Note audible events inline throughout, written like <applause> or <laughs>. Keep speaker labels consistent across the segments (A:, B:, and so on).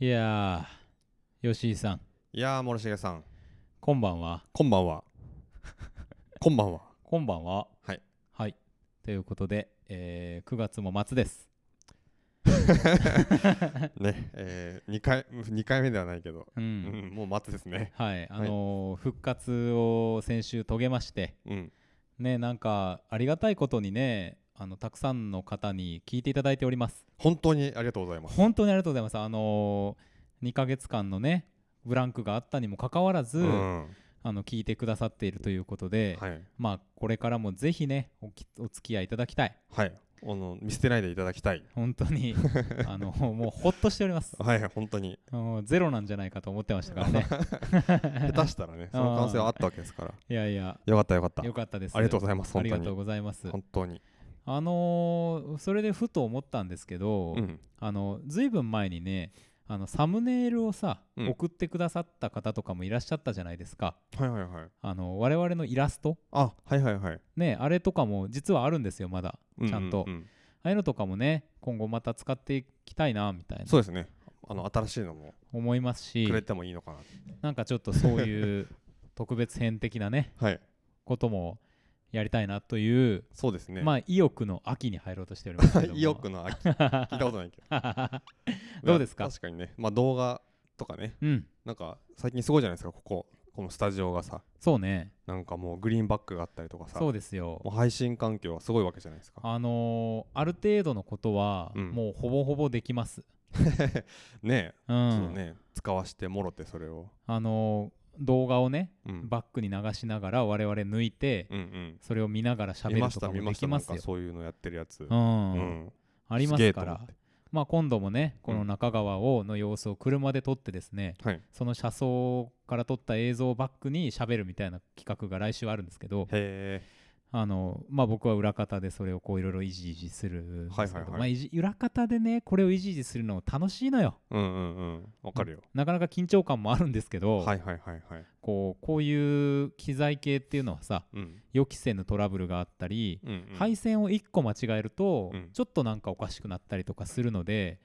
A: いやー、吉井さん、
B: いやー森重さん
A: こんばんは。
B: こんばんは <laughs> こんばんは
A: こんばんは。
B: はい。
A: はい。ということで、えー9月も末です。
B: ねえー、2回二回目ではないけど、
A: う。
B: うんん、もう待つですね
A: はい。あのー復活を先週遂げまして、
B: うん
A: ね、なんか、ありがたいことにね、あのたくさんの方に聞いていただいております。
B: 本当にありがとうございます
A: 本当にありがとうございます。あのー、2ヶ月間のね、ブランクがあったにもかかわらず、
B: うん
A: あの聞いてくださっているということで、
B: はい
A: まあこれからもぜひねおきお付き合いいただきたい
B: はいあの見捨てないでいただきたい
A: 本当
B: <laughs>
A: にあのもうほっとしております
B: はい本当に
A: もうゼロなんじゃないかと思ってましたから
B: <laughs>
A: ね
B: 下手した
A: <laughs>
B: らねその可能性はあったわけですから
A: いやいや
B: よかったよかった
A: よかったです
B: ありがとうございます
A: あ
B: 本
A: りが
B: 当
A: とう
B: に
A: ございます
B: 本当に
A: あのーそれでふと思ったんですけど、
B: うん
A: あのずいぶん前にねあのサムネイルをさ、
B: うん
A: 送ってくださった方とかもいらっしゃったじゃないですか
B: はいはいはい
A: あの我々のイラスト
B: あはいはいはい
A: ねあれとかも実はあるんですよまだ
B: ううう
A: ちゃんとああいうのとかもね今後また使っていきたいなみたいな
B: そうですねあの新しいのも
A: 思いますし
B: くれてもいいのかな
A: なんかちょっとそういう
B: <laughs>
A: 特別編的なね
B: はい
A: こともやりたいなという、
B: そうですね
A: まあ意欲の秋に入ろうとしておりますけども
B: <laughs> 意欲の秋聞いたことないけど
A: どうですか
B: 確かにねまあ動画とかね
A: <laughs> うん
B: なんか最近すごいじゃないですかこここのスタジオがさ
A: そうね
B: なんかもうグリーンバックがあったりとかさ
A: そう
B: も
A: ですよ
B: う配信環境はすごいわけじゃないですか
A: あのーある程度のことは
B: うん
A: もうほぼほぼできます、
B: ね
A: うん
B: え、そうね使わしてもろてそれを、
A: あのー動画をね
B: うん、
A: バックに流しながら我々抜いて、
B: うんうん
A: それを見ながら喋
B: 見ま
A: る
B: し
A: と
B: た
A: か
B: 見
A: も
B: ま
A: で
B: した
A: き
B: な
A: ま
B: ん
A: す
B: か
A: よ
B: そういうのやってるやつ
A: う、
B: うんん
A: ありま
B: げ
A: す
B: えと
A: か
B: 思
A: ら
B: って
A: まあ今度もねこの中川をの様子を車で撮ってですね、
B: はい
A: その車窓から撮った映像をバックに喋るみたいな企画が来週あるんですけど
B: へ
A: あの、まあ、僕は裏方でそれをこういろいろ維持維持するんですけど、
B: はいはいはい
A: まあ、いじ裏方でねこれを維持維持するの楽しいのよ
B: えうんうんうんわかるよ
A: なかなか緊張感もあるんですけど、
B: はいはいはいはい
A: こうこういう機材系っていうのはさ
B: うん
A: 予期せぬトラブルがあったり、
B: うんうん
A: 配線を1個間違えると、
B: うん
A: ちょっとなんかおかしくなったりとかするので、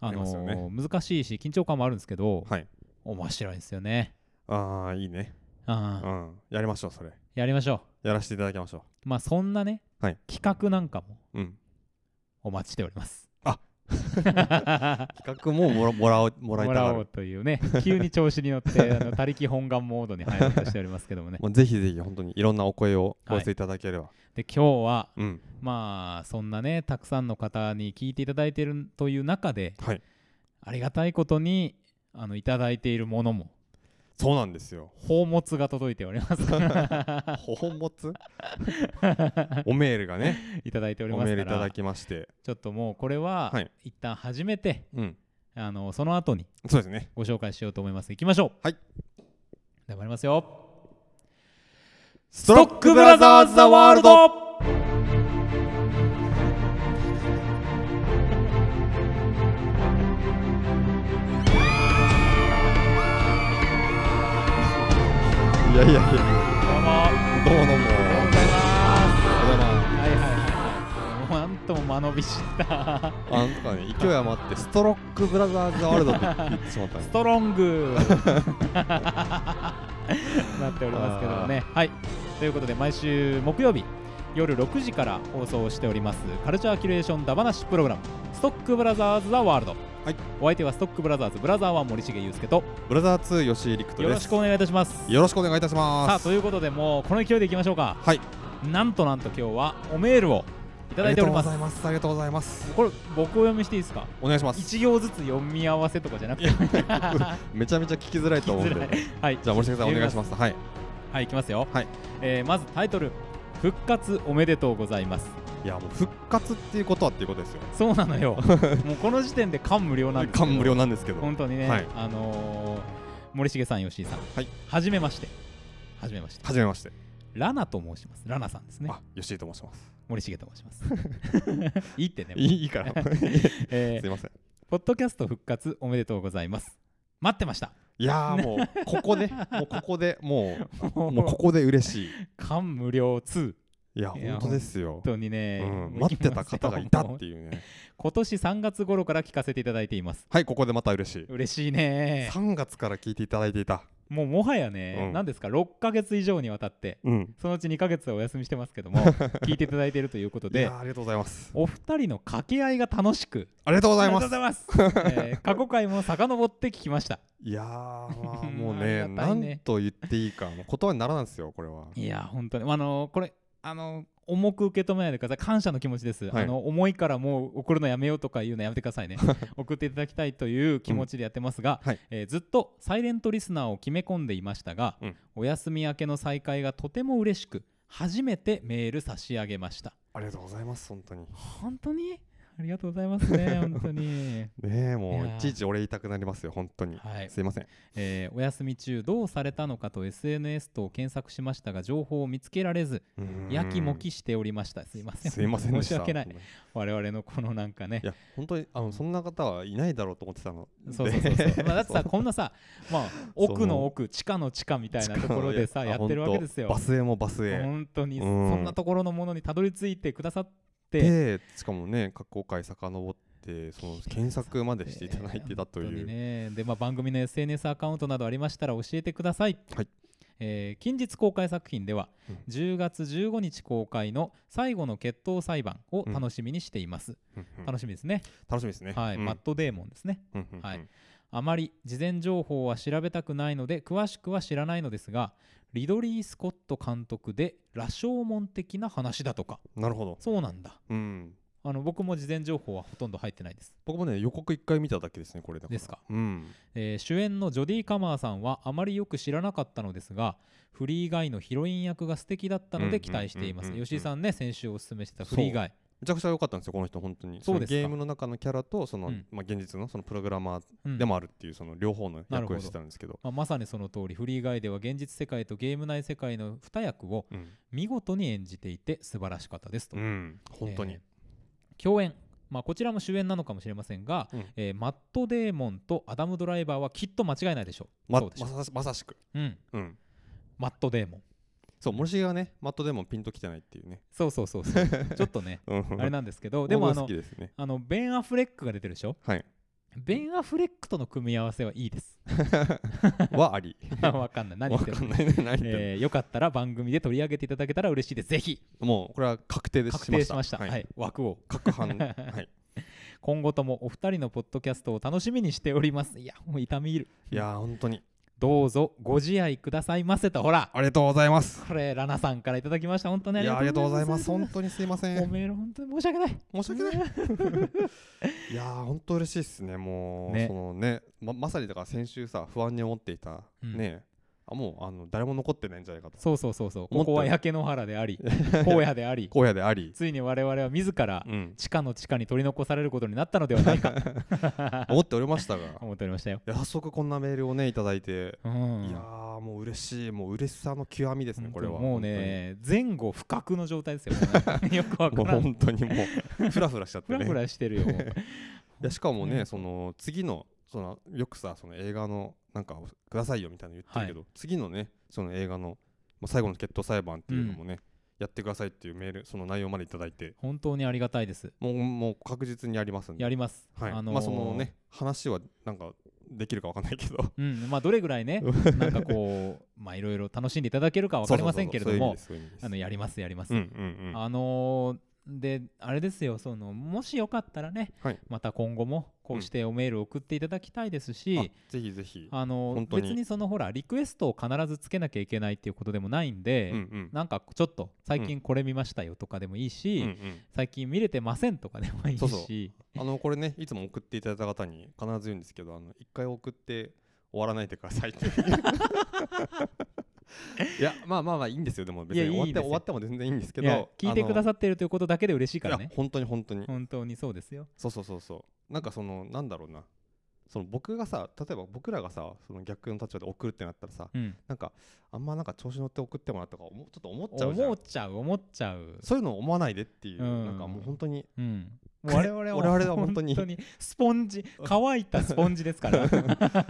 A: あ
B: ありま
A: の
B: すよね
A: 難しいし緊張感もあるんですけど、
B: はい
A: 面白いですよね。
B: ああいいね
A: あ
B: う
A: あ
B: んやりましょうそれ
A: やりましょ
B: やらせていただきましょ
A: う。まあそんなね、
B: はい
A: 企画なんかも
B: ううん
A: お待ちしております。 <laughs> も
B: あ企画ももらもらおうもらいたが
A: ら
B: る
A: おうというね、急に調子に乗って、あの他力本願モードに入ろうとしておりますけども
B: <laughs>
A: ね。
B: もうぜひぜひ本当にいろんなお声をお寄せいただければ、
A: で、今日は、
B: うん
A: まあ、そんなね、たくさんの方に聞いていただいているという中で、
B: はい
A: ありがたいことに、あのいただいているものも、
B: そうなんですよ
A: 宝物が届いております。 <laughs>
B: 本物おメールがね
A: いただいてお
B: お
A: りま
B: メー
A: す
B: ル
A: か
B: いた
A: ら
B: だ、きまして
A: ちょっともうこれは、
B: はい
A: 一旦始めて、
B: うん
A: あのその後に
B: そうですね
A: ご紹介しようと思います。いきましょう。
B: はい。
A: では参りますよ。
B: ス
A: ストックブラザーズ・ザ・ワールド
B: いやいやいや
A: どうも。あり
B: どうもどう
A: が
B: も
A: とうございま
B: おはようございま
A: す。
B: す
A: はいはいはいはい。なんとも間延びした。
B: あなんかね勢い余ってストロックブラザーズワールドって言ってしまったね
A: ストロン <laughs> グなっておりますけどもね。はい。ということで、毎週木曜日夜6時から放送しております、カルチャーキュレーションだばなしプログラム、ストックブラザーズ・ザ・ワールド。
B: はい。
A: お相手はストックブラザーズ、ブラザーは森重裕介と、
B: ブラザー2吉井陸斗です
A: よろしくお願いいたします。
B: よろしくお願いいたし
A: さ
B: ま
A: あ
B: す
A: ということでもうこの勢いでいきましょうか
B: はい
A: なんとなんと今日はおメールをいただいております
B: ありがとうございますありがとうございます
A: これ僕お読みしていいですか
B: お願い
A: <laughs>
B: します
A: 一行ずつ読み合わせとかじゃなくて
B: めちゃめちゃ聞きづらいと思うんで
A: 聞きづらい <laughs> はい
B: じゃあ森重さんお願いしますはい
A: はいいきますよ、
B: はい
A: えーまずタイトル「復活おめでとうございます
B: いやもう復活っていうことはっていうことですよ」
A: そうなの
B: <laughs>
A: よもうこの時点で感無量なんですけど
B: 感無量なんですけど
A: 本当にね、
B: はい
A: あのー森重さん吉井さん
B: はい
A: じめましてはじめまして
B: はじめまして
A: ラナと申しますラナさんですね
B: あ吉井と申します
A: 森重と申します
B: <laughs>
A: いいってねもう
B: いいい
A: <laughs>
B: いからす
A: えー
B: いません
A: ポッドキャスト復活おめでとうございます。待ってました。
B: いやー
A: <laughs>
B: もうここでもうここでもうもうここで嬉しい
A: 感無量2。
B: いや
A: いや
B: 本当ですよ、
A: 本当にね、
B: うん、待ってた方がいた
A: も
B: っ
A: う
B: ていうね
A: 今年3月頃から聞かせていただいています
B: はいここでまた嬉しい
A: 嬉しいね
B: 3月から聞いていただいていた
A: もうもはやね、
B: うん
A: 何ですか6ヶ月以上にわたって
B: うん
A: そのうち2ヶ月はお休みしてますけ
B: <laughs>
A: ども聞いていただいているということ
B: い
A: で
B: やーありがとうございます
A: お二人の掛け合いが楽しく
B: ありがとうございま
A: あ
B: す
A: りがとうございます、えー過去回も遡って聞きました
B: いやーまあもう
A: あ
B: ね
A: りがた
B: ない
A: ね
B: んと言っていいかもう言葉にならないんですよこれはい
A: や本当にあのこれあの重く受け止めないでください感謝の気持ちです、
B: はい
A: あの重いからもう送るのやめようとか言うのやめてください
B: <laughs>
A: ね送っていただきたいという気持ちでやってますが、
B: うんはい
A: えーずっとサイレントリスナーを決め込んでいましたが、
B: うん
A: お休み明けの再会がとても嬉しく初めてメール差し上げました
B: ありがとうございます本当にね
A: 本当にありがとうございます
B: <laughs>
A: ね本当に、
B: えも
A: いうやー
B: いちいちお礼言いたくなりますよ本当に
A: はい
B: すいません
A: えーお休み中どうされたのかと SNS と検索しましたが情報を見つけられず
B: うーん
A: やきもきしておりましたすいません
B: すいませんでし
A: 申
B: た
A: し訳ない
B: い
A: 我々のこのなんかね
B: や本当にあのそんな方はいないだろうと思ってたの
A: そうそう
B: <laughs>
A: そうそう、まあ、だってさ
B: そう
A: こんなさ、まあ、奥の奥地下の地下みたいなところでさ
B: い
A: やってるわけですよ
B: ほんとバスへもバスへ
A: 本当にそ
B: うん
A: んなところのものにたどり着いてくださって
B: でしかもね過去回遡ってその検索までしていただいてたと
A: 本当
B: い
A: に
B: う、
A: ねで、まあ、番組の SNS アカウントなどありましたら教えてください、
B: はい
A: えー近日公開作品では、
B: うん
A: 10月15日公開の「最後の決闘裁判」を楽しみにしています、
B: うんうん
A: 楽しみですね、
B: 楽しみですね
A: はい
B: うん
A: マットデーモンですね
B: うんうんうん
A: はいあまり事前情報は調べたくないので詳しくは知らないのですがリドリー・スコット監督で羅生門的な話だとか
B: なるほど
A: そうなんだ
B: うん
A: あの僕も事前情報はほとんど入ってないです、
B: 僕もね予告一回見ただけですねこれだか
A: で
B: ら
A: すか
B: うん
A: えー主演のジョディ・カマーさんはあまりよく知らなかったのですがフリー以外のヒロイン役が素敵だったので期待していま
B: うん
A: す
B: うんうんうんうん
A: 吉井さんね先週おすすめしてたフリー以外
B: めちゃくちゃ良かったんですよこの人本当に
A: そうですか
B: のゲームの中のキャラとその、
A: うん
B: まあ、現実のそのプログラマー
A: うん
B: でもあるっていうその両方の
A: なるほ
B: 役
A: ど
B: をしてたんですけど、
A: まあ、まさにその通りフリー以外では現実世界とゲーム内世界の2役を
B: うん
A: 見事に演じていて素晴らしかったですと
B: うん本当に、
A: えー共演、まあ、こちらも主演なのかもしれませんが、
B: うん
A: えーマット・デーモンとアダム・ドライバーはきっと間違いないでしょう。
B: ま
A: そうでしょ
B: まさしまさしく、
A: う、うん、
B: うん、
A: マット・デーモン。
B: そう森重がねマットでもピンときてないっていうね、
A: そうそうそう
B: <laughs>
A: そうちょっとね
B: うん、
A: あれ
B: な
A: なんですけどでもあ
B: 好
A: の
B: きですね
A: あのベン・アフレックが出てるでしょ
B: はい
A: ベン・アフレックとの組み合わせはいいです。 <laughs>
B: はあり
A: わかんない何言
B: わ
A: って
B: か
A: る
B: んないね何言ってんの
A: えーよかったら番組で取り上げていただけたら嬉しいです。ぜひ
B: もうこれは確定です
A: 確定しました。
B: はい、
A: はい、枠を <laughs>
B: 各班はい
A: 今後ともお二人のポッドキャストを楽しみにしております。いやもう痛み入る。
B: いやー本当に
A: どうぞご自愛くださいませとほら
B: ありがとうございます
A: これラナさんからいただきました本当ね
B: いやありがとうございます本
A: 本
B: 当にすいませ
A: 当お
B: ん
A: メール本当に申し訳ない
B: 申し訳ない <laughs> いやー本当嬉しいですね、もう、
A: ね
B: そのねま、まさにだから先週さ、不安に思っていた、
A: うん
B: ねあ、もうあの誰も残ってないんじゃないかと、
A: そうそうそうそう
B: 思
A: こ
B: った
A: こは焼け野原であ
B: <laughs>
A: り荒野であり
B: 荒野であり、
A: ついに我々は自ら <laughs>
B: うん、
A: 地下の地下に取り残されることになったのではないか
B: 思っておりましたが、い
A: 思っておりましたよ
B: や早速こんなメールをね、いただいて、
A: うん
B: いやー、もう嬉しい、もう嬉しさの極みですね、これは。
A: もうね前後不覚の状態
B: <laughs>
A: ですよねよくわ
B: 本当
A: か
B: に、
A: ら
B: もうん本当
A: <laughs>
B: にもう、ふらふらしちゃっ
A: ふ
B: て
A: ら
B: ね。
A: ふ
B: い
A: らしてるよもう
B: やしかも
A: ね
B: ね、その次の、そのよくさ、その映画の、なんかくださいよみたいなの言ってるけど、次のね、その映画の、もう最後の決闘裁判っていうのもね、やってくださいっていうメール、その内容までいただいて。
A: 本当にありがたいです
B: もうもう確実にやりますんで。
A: やります
B: はい。
A: あのー
B: まあそのね話はなんかできるかわかんないけど。
A: うんまあどれぐらい
B: <laughs>
A: ねなんかこうまあいろいろ楽しんでいただけるか <laughs> わかりませんけれども
B: そうそうそう。
A: あ
B: そう
A: の
B: いう意
A: や
B: 味です
A: りますやります
B: そういう意味ですうんうんうん。
A: あのーであれですよそのもしよかったらね、
B: はい
A: また今後もこうしておメールを送っていただきたいですし、
B: あぜひぜひ。
A: あのー
B: 本当に
A: 別にそのほらリクエストを必ずつけなきゃいけないっていうことでもないん
B: う
A: で、
B: んうん。
A: なんかちょっと最近これ見ましたよとかでもいいし、
B: うんうん
A: 最近見れてませんとかでもいいし
B: そうそあのこれねいつも送っていただいた方に必ず言うんですけどあの一回送って終わらないでください
A: <laughs>
B: っていういやまあまあまあいいんですよでも別に
A: いや
B: 終わっ
A: いい
B: て
A: ですよ
B: 終わっても全然いいんですけ
A: いや
B: ど
A: 聞いてくだ
B: さ
A: さってるということだけで嬉しいからね
B: 本当に本当に
A: 本当にそうですよ
B: そうそうそうそうなんかそのなんだろうなその僕がさ例えば僕らがさその逆の立場で送るってなったらさ
A: うん
B: なんかあんまなんか調子乗って送ってもらったか思うちょっと思っちゃうじゃ
A: 思
B: ん
A: っちゃう思っちゃう
B: そういうの思わないでっていう、
A: うん
B: なんかもう本当に <laughs>
A: うんもう我々は
B: 我々は本当に
A: スポン
B: <laughs>
A: ジ乾いたスポンジですから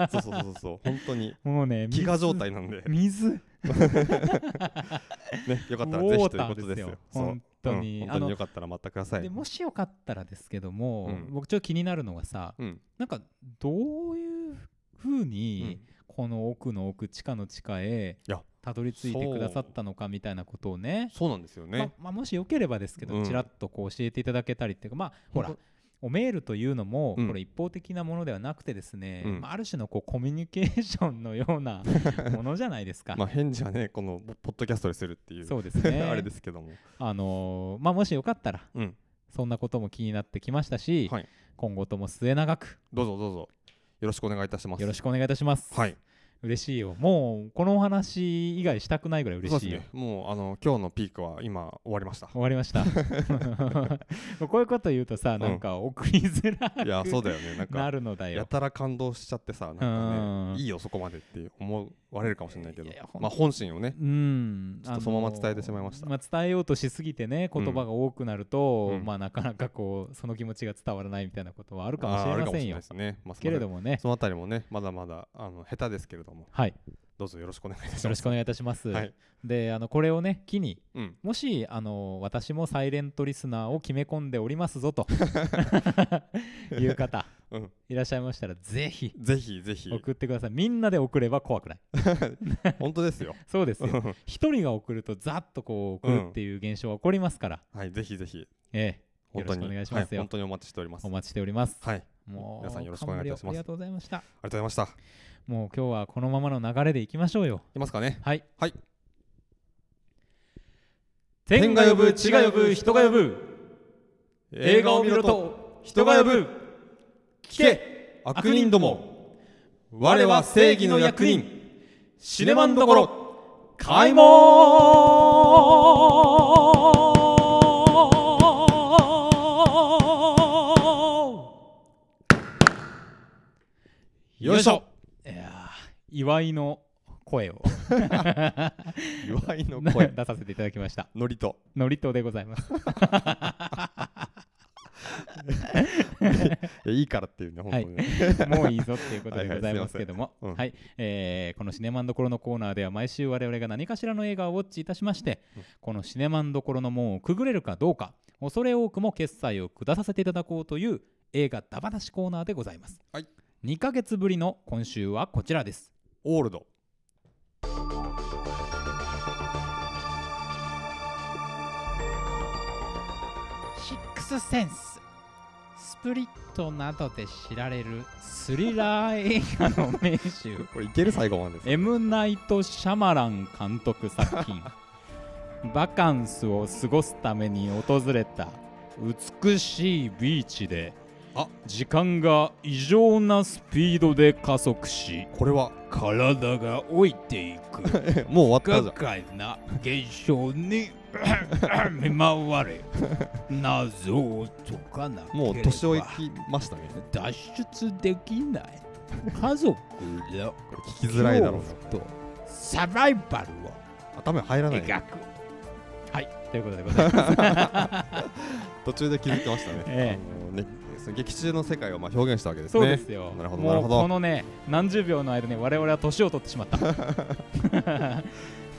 B: そうそうそうそう本当に
A: もうね
B: 飢餓状態
A: の
B: なんで
A: 水
B: ねよかった
A: ウ
B: ら
A: ォ
B: ぜ
A: ー
B: ひとい
A: ター
B: うこ
A: で
B: と
A: す
B: です
A: よ
B: よそう
A: 本当に
B: うん
A: あ
B: 本当
A: の
B: によかったらまたください
A: でもしよかったらですけども、
B: うん
A: 僕ちょっと気になるのがさ
B: うん
A: なんかどういうふう
B: う
A: に
B: ん
A: この奥の奥地下の地下へ
B: いや
A: たどり着いてくださったのかみたいなことをね
B: そうなんですよね
A: ままあ、もしよければですけ
B: う
A: ど
B: ん
A: ちらっとこう教えていただけたりっていうか、まあほら
B: ほんと
A: おメールというのも
B: うん
A: これ一方的なものではなくてですね、
B: うん
A: まあ、ある種のこうコミュニケーションのよう
B: <laughs>
A: なものじゃないですか。
B: まあ返事はねこのポポッドキャストでするっていう
A: そうですね
B: <laughs> あれですけども
A: あのーまあ、もしよかったら
B: うん
A: そんなことも気になってきましたし、
B: はい
A: 今後とも末永く
B: どうぞどうぞよろしくお願いいたします
A: よろしくお願いいたします。
B: はい
A: 嬉しいよもうこのお話以外したくないぐらい嬉
B: そう
A: し
B: で
A: い
B: す
A: よ、
B: ねもうあの今日のピークは今終わりました
A: 終わりました <laughs>
B: <laughs>
A: もうこういうこと言うとさなんか送りづら
B: いやそう
A: く
B: だよねなん
A: な
B: か
A: るのだ
B: や
A: よ
B: たら感動しちゃってさなんか
A: うん
B: ねいいよそこまでって思われるかもしれないけど
A: いやいや
B: まあ本心をね
A: うん
B: ちょっとそのまま伝えてしまいました
A: あのまあ、伝えようとしすぎてね言葉が多くなると、
B: うん
A: まあなかなかこうその気持ちが伝わらないみたいなことはあるかもし
B: あーあ
A: れ
B: る
A: ませんよ
B: ですねまあ
A: けれど
B: も
A: もね
B: そのあたりもねまだまだあの下手ですけれども
A: はい
B: どうぞよろしくお願いいたします
A: よろしくお願いいたします、
B: はい
A: であのこれをね機に
B: うん
A: もしあの私もサイレントリスナーを決め込んでおりますぞという方
B: うん
A: いらっしゃいましたらぜひ
B: ぜひぜひ
A: 送ってくださいみんなで送れば怖くない
B: 本当で
A: <laughs>
B: すよ
A: そうです
B: う
A: よ
B: ん
A: 一人が送るとざっとこう送るっていう現象が起こりますから、
B: はいぜひぜひ
A: ええ
B: 本
A: よろ
B: 当
A: しく
B: に
A: お願いします
B: は
A: よ、
B: 本当にお待ちしております
A: お
B: はい
A: 待ちしております
B: ありが
A: もう
B: 皆さんよろしくお願いいたします
A: 冠をありがとうございました
B: とうございました
A: もう今日はこのままの流れでいきましょうよ
B: いますかね
A: はい
B: はい
A: 天が呼ぶ地が呼ぶ人が呼ぶ映画を見ろと人が呼ぶ聞け
B: 悪人ども我は正義の役人シネマンどころ
A: 開門
B: よいしょ
A: いやー祝いの声を
B: 祝いの声
A: 出させていただきました
B: <laughs> ノリと
A: ノリトでございます
B: いやいいからっていうね本当
A: はい
B: にね、 <laughs>
A: もういいぞっていうことでございますけども
B: はいはいすいま
A: はい
B: せんうん
A: えーこのシネマンどころのコーナーでは毎週我々が何かしらの映画をウォッチいたしまして
B: うん
A: このシネマンどころの門をくぐれるかどうか恐れ多くも決済を下させていただこうという映画ダバなしコーナーでございます
B: はい
A: 2ヶ月ぶりの今週はこちらです
B: オールド
A: シックスセンススプリットなどで知られるスリラー映画の名手
B: これいける最後までです、
A: エム・ナイト・シャマラン監督作
B: <laughs>
A: 品バカンスを過ごすために訪れた美しいビーチで
B: あ
A: 時間が異常なスピードで加速し
B: これは <laughs>
A: 体が老いていく
B: もう終わったじ
A: 不
B: ゃん
A: 可解な現象に <coughs> 見舞わ
B: <laughs>
A: れ謎を解かなければ
B: もう年をいきましたね
A: 脱出できない家族の
B: これ聞きづらいだろう
A: 恐怖とサバイバルを
B: な頭に入らないね、
A: 描く。はい、ということでございます。
B: 途中で気づきましたね
A: <laughs> え
B: あのねその劇中の世界をまあ表現したわけですね
A: そうですよ。
B: なるほど
A: もう
B: なるほど
A: このね、何十秒の間に我々は年を取ってしま
B: <laughs>
A: った。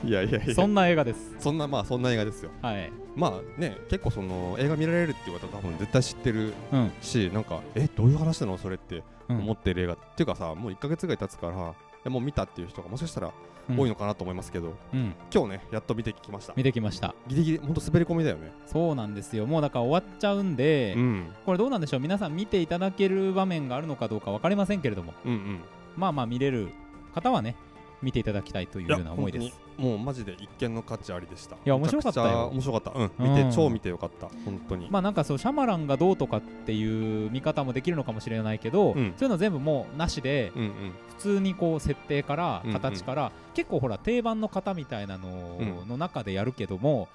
B: いやいやいや
A: そんな映画です。
B: そんなまあそんな映画ですよ
A: はい。
B: まあね結構その映画見られるっていう方は多分絶対知ってる
A: うん。
B: しなんかえどういう話なのそれって
A: うん
B: 思ってる映画、っていうかさもう1ヶ月ぐらい経つからえもう見たっていう人がもしかしたら
A: うん
B: 多いのかなと思いますけど、
A: うん。
B: 今日ねやっと見てきました
A: 見てきました。
B: ギリギリほんと滑り込みだよね
A: そうなんですよ。もうだから終わっちゃうんで、
B: うん
A: これどうなんでしょう。皆さん見ていただける場面があるのかどうか分かりませんけれども、
B: うんうん
A: まあまあ見れる方はね、見ていただきたいというような思いです。
B: 本当にもうマジで一見の価値ありでしたい
A: や面白かったよ
B: 面白かったうん
A: うん
B: 見て超見てよかった本当に
A: まあなんかそうシャマランがどうとかっていう見方もできるのかもしれないけど、
B: うん
A: そういうの全部もうなしで、
B: うんうん
A: 普通にこう設定から
B: うんうん
A: 形から、結構ほら定番の型みたいなの
B: うん
A: の中でやるけども、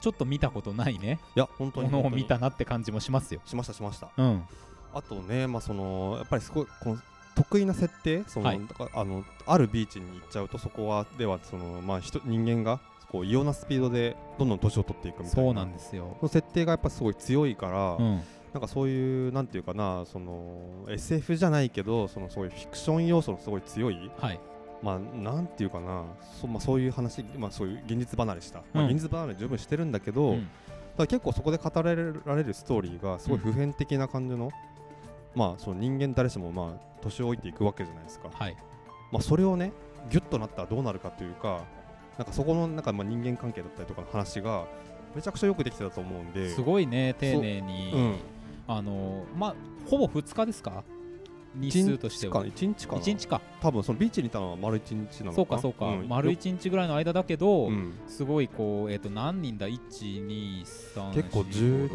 A: ちょっと見たことないね
B: いや本当に
A: ものを
B: 本当に
A: 見たなって感じもしますよ。
B: しましたしました
A: うん、
B: あとねまあそのやっぱりすごいこの得意な設定その、
A: はい
B: だからあのあるビーチに行っちゃうとそこはではそのまあ人人間がこう異様なスピードでどんどん年を取っていくみたいな
A: そうなんですよ。
B: その設定がやっぱすごい強いから、
A: うん、
B: なんかそういうなんていうかなその SF じゃないけどそのそういうフィクション要素のすごい強い
A: はい
B: まあなんていうかなそ,、まあ、そういう話、まあ、そういう現実離れした、まあ、
A: うん
B: 現実離れ十分してるんだけど、
A: うん
B: ただ結構そこで語られるストーリーがすごい普遍的な感じの、まあその人間誰しもまあ年老いていくわけじゃないですか、
A: はい
B: まあ、それをねギュッとなったらどうなるかというかなんかそこのなんかまあ人間関係だったりとかの話がめちゃくちゃよくできてたと思うんです
A: ごいね丁寧
B: う
A: に
B: ん、
A: あのまあほぼ2日ですか日
B: 一
A: 数として
B: 日か
A: は
B: 1日かな
A: 1日か
B: 多分そのビーチにいたのは丸1日なのかな
A: そうかそうか
B: ん
A: 丸
B: よ
A: 1日ぐらいの間だけど
B: うん
A: すごいこうえっと何人だ123
B: 結構10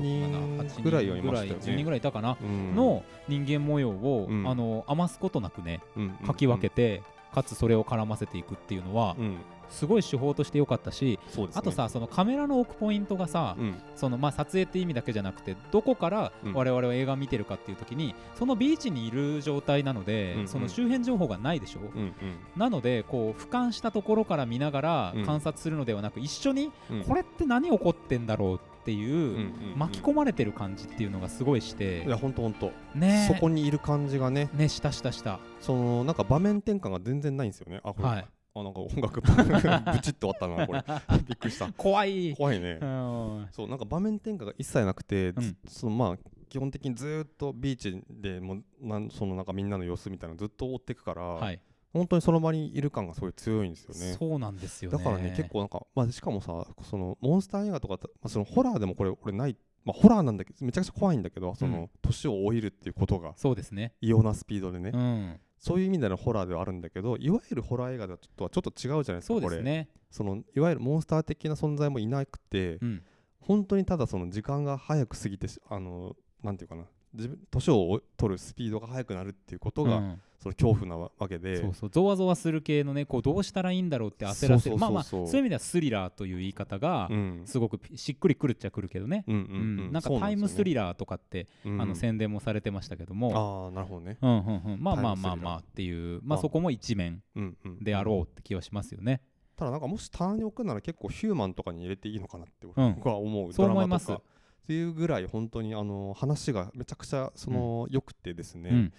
B: 人ぐらいはいましたよね
A: 10人ぐらいいたかな
B: うん
A: の人間模様を
B: うん
A: あの余すことなくね
B: うん
A: かき分けてかつそれを絡ませていくっていうのは
B: うんうん
A: すごい手法として良かったし
B: そうですね
A: あとさそのカメラの置くポイントがさ
B: うん
A: そのまあ撮影って意味だけじゃなくてどこから
B: うん
A: 我々は映画見てるかっていう時にそのビーチにいる状態なので
B: うんうん
A: その周辺情報がないでしょ
B: うんうん
A: なのでこう俯瞰したところから見ながら
B: うん
A: 観察するのではなく一緒に
B: うん
A: これって何起こってんだろうって
B: うんう
A: いうん
B: うん
A: 巻き込まれてる感じっていうのがすごいして
B: いやほんとほんと
A: ね
B: そこにいる感じがね
A: ねしたしたした
B: そのなんか場面転換が全然ないんですよねあこれ、
A: はい
B: あなんか音楽 <laughs> ブチッと終わったなこれ <laughs> びっくりした
A: 怖い
B: 怖いね
A: うん
B: そうなんか場面転換が一切なくて、
A: うん
B: そのまあ基本的にずーっとビーチでもうなんそのなんかみんなの様子みたいなのずっと追っていくから、
A: はい
B: 本当にその場にいる感がすごい強いんですよね。
A: そうなんですよ
B: だからね結構なんか、まあ、しかもさそのモンスター映画とか、まあ、そのホラーでもこれ俺ない、まあ、ホラーなんだけどめちゃくちゃ怖いんだけどその、
A: うん
B: 年を老いるっていうことが
A: そうですね
B: 異様なスピードでね、
A: うん
B: そういう意味でのホラーではあるんだけどいわゆるホラー映画だとはちょっと違うじゃないですか
A: そうで
B: こ
A: す
B: れ
A: ね
B: そのいわゆるモンスター的な存在もいなくて、
A: うん
B: 本当にただその時間が早く過ぎてしあのなんていうかな自分年を取るスピードが速くなるっていうことが、
A: うん
B: その恐怖なわわけで
A: そうそうゾワゾワする系のねこうどうしたらいいんだろうって焦らせる
B: そうそうそ
A: ま
B: うそう
A: あまあそういう意味ではスリラーという言い方が
B: うん
A: すごくピしっくりくるっちゃくるけどね
B: うんう
A: うん
B: うん
A: んなんか
B: そう
A: タイム
B: ですよ
A: ス
B: ね
A: リラーとかって
B: うん
A: あの宣伝もされてましたけども
B: ああなるほどね、
A: うんうんうんまあまあま
B: タイムス
A: あ
B: リラ
A: まあ
B: ー
A: っていうまあ
B: あ
A: そこも一面
B: うんうん、
A: であろうって気はしますよね
B: ただなんかもし棚に置くなら結構ヒューマンとかに入れていいのかなって僕
A: うん
B: は思う、
A: そう
B: ドラ
A: 思い
B: マ
A: ま
B: と
A: す
B: かっていうぐらい本当にあの話がめちゃくちゃその、良くてですね、
A: うん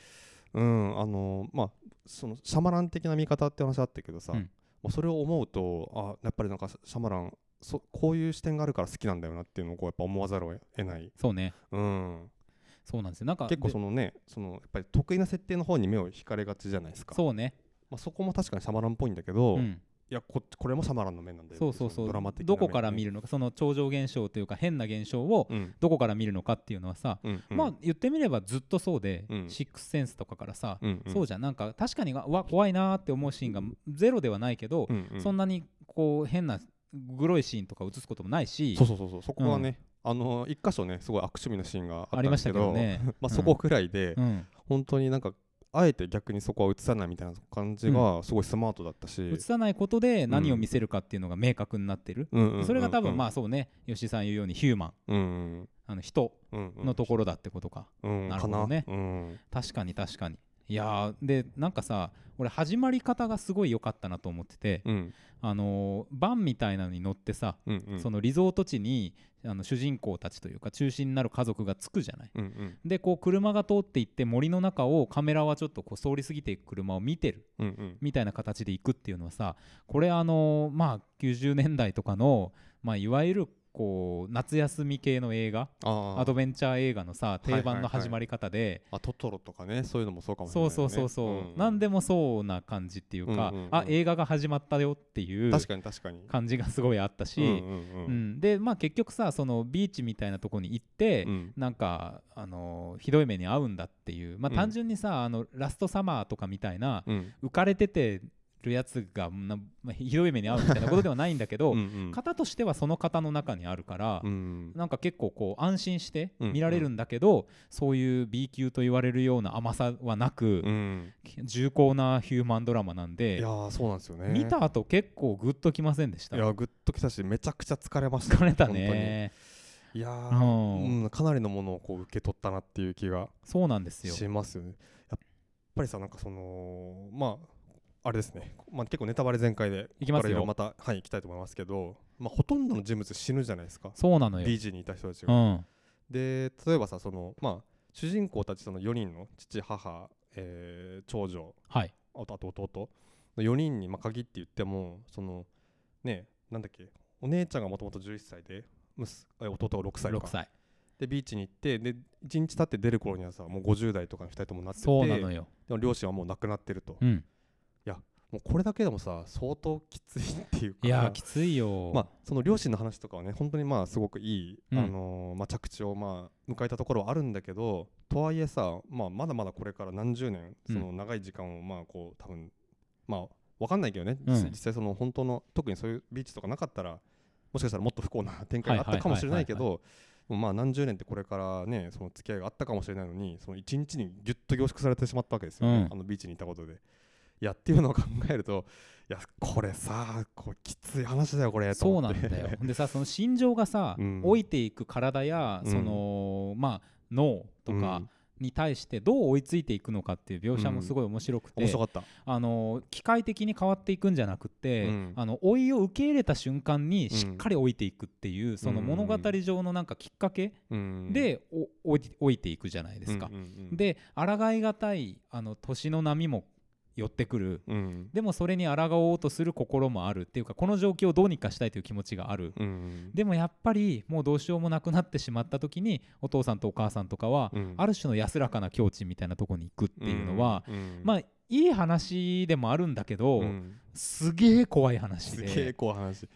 B: うん、あのまあそのシャマラン的な見方って話あったけどさ、
A: うん
B: まあ、それを思うとあやっぱりなんかシャマランそこういう視点があるから好きなんだよなっていうのをこうやっぱ思わざるを得ない、
A: そうね
B: うん、
A: そうなんですよなんか
B: 結構そ
A: で
B: のねそのやっぱり得意な設定の方に目を惹かれがちじゃないですか
A: そうね
B: まあ、そこも確かにシャマランっぽいんだけど、
A: う
B: い
A: ん
B: やここれもシャマランの面なんだよ
A: そうそうそ
B: のドラマ
A: う
B: 的な
A: どこから見
B: る、
A: るのかその超常現象というか変な現象を
B: うん
A: どこから見るのかっていうのはさ
B: うんうん、
A: まあ言ってみればずっとそうで
B: うん
A: シックスセンスとかからさ
B: うんうん、
A: そうじゃんなんか確かにがうわ怖いなーって思うシーンがゼロではないけど、
B: うんうん
A: そんなにこう変なグロいシーンとか映すこともないし
B: そうそうそうそうそこはね、あの一箇所ねすごい悪趣味なシーンがあった
A: あ
B: ん
A: りま
B: で
A: し
B: す
A: た
B: け
A: け
B: ど
A: どね
B: まあ、
A: うん
B: そこくらいで、 <laughs>
A: うん
B: 本当になんかあえて逆にそこは映さないみたいな感じがすごいスマートだったし、
A: 映さないことで何を見せるかっていうのが明確になってる、
B: うんうんうんうん
A: それが多分まあそうね吉井さん言うようにヒューマン
B: うん
A: あの人
B: うんうん
A: のところだってことか、
B: うん
A: なるほどね
B: かなうん
A: 確かに確かにいやーでなんかさ俺始まり方がすごい良かったなと思ってて、
B: うん
A: あのーバンみたいなのに乗ってさ、
B: うんうん
A: そのリゾート地にあの主人公たちというか中心になる家族が着くじゃない。
B: うんうん
A: でこう車が通っていって森の中をカメラはちょっとこう通り過ぎていく車を見てる
B: うんうん
A: みたいな形で行くっていうのはさこれあのまあ90年代とかのまあいわゆるこう夏休み系の映画
B: あー
A: アドベンチャー映画のさ定
B: はいは
A: 番
B: い
A: の
B: はい
A: 始まり方で
B: あトトロとかねそういうのもそうかもしれ
A: そ
B: な
A: う
B: い、ね、
A: そうそうそう何で
B: も
A: もそうな感じっていうか
B: うんうんうん
A: あ映画が始まったよっていう
B: 確かに確かに
A: 感じがすごいあった
B: うん
A: し
B: うん
A: う
B: うん
A: んでまあ結局さそのビーチみたいなとこに行って
B: うん
A: なんか、あのひどい目に遭うんだっていう、まあ、
B: うん
A: 単純にさ、あのラストサマーとかみたいな、
B: うん
A: 浮かれててるやつがな、まあひどい目に遭うみたいなことではないんだけど、
B: <laughs> うんうん
A: 型としてはその型の中にあるから、
B: うん
A: なんか結構こう安心して
B: うん
A: 見られるんだけど、そういう B 級と言われるような甘さはなく、
B: うん
A: 重厚なヒューマンドラマなん
B: いや
A: で、
B: ーそうなんですよね
A: 見た後結構グッときませんでした
B: い。やグッときたしめちゃくちゃ疲れました
A: 疲れたね
B: 本当にいやー
A: うん
B: うんかなりのものをこう受け取ったなっていう気が
A: そうなんですよ。
B: しますよねやっぱりさなんかそのまああれですね、まあ、結構ネタバレ全開で
A: いきますよ
B: ここからまたはい行きたいと思いますけど、まあ、ほとんどの人物死ぬじゃないですか
A: そうなのよ。
B: ビーチにいた人たち
A: う
B: が、
A: ん
B: で例えばさそのまあ主人公たちその4人の父母、えー長女
A: はい
B: あとあと弟の4人にまあ限って言ってもそのねなんだっけお姉ちゃんがもともと11歳で息子え弟が6歳
A: 6
B: か
A: 歳
B: でビーチに行ってで1日経って出る頃にはさもう50代とかの2人ともなってて
A: そうなのよ、
B: でも両親はもう亡くなってると、
A: うん、
B: もうこれだけでもさ相当きついっていうか
A: いやーきついよ、
B: まあ、その両親の話とかはね本当にまあすごくいい、
A: うん
B: あのーまあ、着地をまあ迎えたところはあるんだけどとはいえさ、まあ、まだまだこれから何十年
A: う
B: そ
A: ん
B: の長い時間をまあこう多分まあわかんないけどね、
A: うん
B: 実実際その本当の特にそういうビーチとかなかったらもしかしたらもっと不幸な展開があったかもしれないけ
A: は
B: どもうまあ何十年ってこれからねその付き合いがあったかもしれないのにその一日にぎゅっと凝縮されてしまったわけですよね、
A: うん
B: あのビーチにいたことで。いやっていうのを考えるといやこれさこうきつい話だよこれと
A: そう
B: 思
A: な
B: って
A: ん
B: <laughs>
A: だよでさその心情がさ、
B: うん
A: 老いていく体や
B: うん
A: その、まあ脳とかに対してどう追いついていくのかっていう描写もすごい面白く
B: う
A: て、
B: ん面白かった
A: あの機械的に変わっていくんじゃなくて、
B: うん
A: あの老いを受け入れた瞬間に
B: うん
A: しっかり老いていくっていう、その物語上のなんかきっかけ
B: うん
A: で、お老い老いていくじゃないですか。
B: うんうんうん
A: で抗いがたいあの年の波も寄ってくる
B: うん
A: でもそれに抗おうとする心もあるっていうかこの状況をどうにかしたいという気持ちがある、
B: うん
A: でもやっぱりもうどうしようもなくなってしまった時にお父さんとお母さんとかは、
B: うん
A: ある種の安らかな境地みたいなとこに行くっていうのは、
B: うん
A: まあいい話でもあるんだけど、
B: うん
A: すげえ怖い話
B: す
A: で
B: げえ怖い話し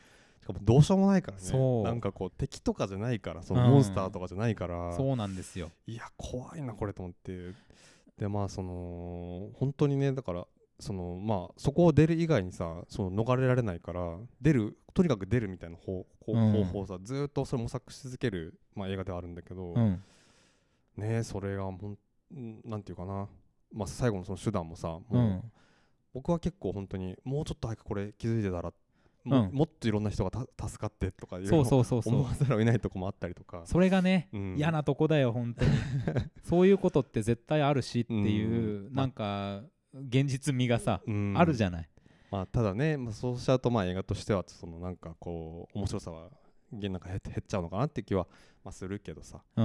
B: かもどうしようもないから
A: そ
B: ね
A: う
B: なんかこう敵とかじゃないからそうの
A: ん
B: モンスターとかじゃないから
A: そうなんですよ、
B: いや怖いなこれと思ってでまあその本当にねだからそのまあそこを出る以外にさその逃れられないから出るとにかく出るみたいな方方
A: うん
B: 方法をさ、ずーっとそれ模索し続ける、まあ、映画ではあるんだけど、
A: うん
B: ねそれがほんんなんていうかな、まあ、最後のその手段もさもう、
A: うん
B: 僕は結構本当にもうちょっと早くこれ気づいてたらも,、
A: うん
B: もっといろんな人がた助かってとかいろ
A: そ
B: いうろ
A: そうそうそ
B: 思
A: う
B: わざるを得ないとこもあったりとか。
A: それがね
B: うん
A: 嫌なとこだよ本
B: <laughs>
A: 当にそういうことって絶対あるしっていう、
B: うん
A: なんか現実味がさ、
B: うん
A: あるじゃない
B: まあ、ただね、まあ、そうしちゃうとまあ映画としてはそのなんかこう面白さはげなんか減って減っちゃうのかなって気は、まあ、するけどさ、
A: うん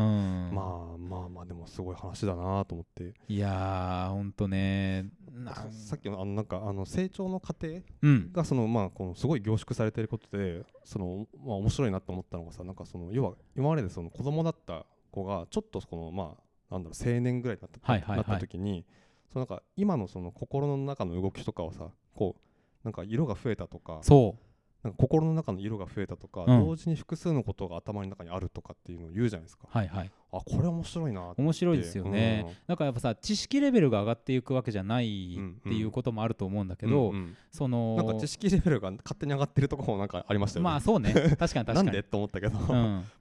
B: まあまあまあでもすごい話だなと思って
A: いやーほんとねな
B: ささっきのあのなんかあの成長の過程
A: うん
B: がそのまあこのすごい凝縮されていることでそのまあ面白いなと思ったのがさなんかその要は今までその子供だった子がちょっとこのまあなんだろう青年ぐらいになった,、
A: はいはいはい
B: なった時にそのなんか今のその心の中の動きとかをさこうなんか色が増えたとか
A: そ
B: なんか心の中の色が増えたと
A: う
B: か、
A: ん
B: 同時に複数のことが頭の中にあるとかっていうのを言うじゃないですか
A: うはいはい
B: あこれ面白いなって
A: 面白いですよね、
B: うん
A: なんかやっぱさ知識レベルが上がっていくわけじゃない
B: うん
A: っていうこともあると思うんだけど、
B: うんうん
A: その
B: なんか知識レベルが勝手に上がってるところもなんかありましたよね、
A: まあ
B: <laughs>
A: そうね確かに確かに
B: なんでと思ったけど、
A: うん、